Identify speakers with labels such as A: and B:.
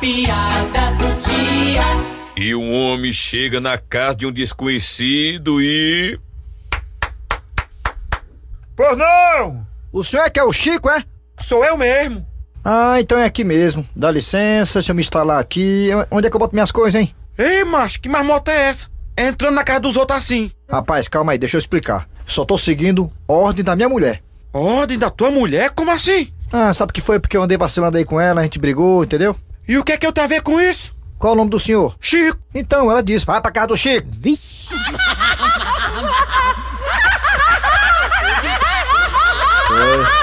A: piada do dia.
B: E um homem chega na casa de um desconhecido e.
C: Pois não!
D: O senhor é que é o Chico, é?
C: Sou eu mesmo.
D: Ah, então é aqui mesmo. Dá licença, se eu me instalar aqui. Onde é que eu boto minhas coisas, hein?
C: Ei, macho, que marmota é essa? Entrando na casa dos outros assim.
D: Rapaz, calma aí, deixa eu explicar. Só tô seguindo ordem da minha mulher.
C: Ordem da tua mulher? Como assim?
D: Ah, sabe o que foi? Porque eu andei vacilando aí com ela, a gente brigou, entendeu?
C: E o que é que eu tenho a ver com isso?
D: Qual é o nome do senhor?
C: Chico.
D: Então, ela disse, vai pra casa do Chico. Vixe. Foi.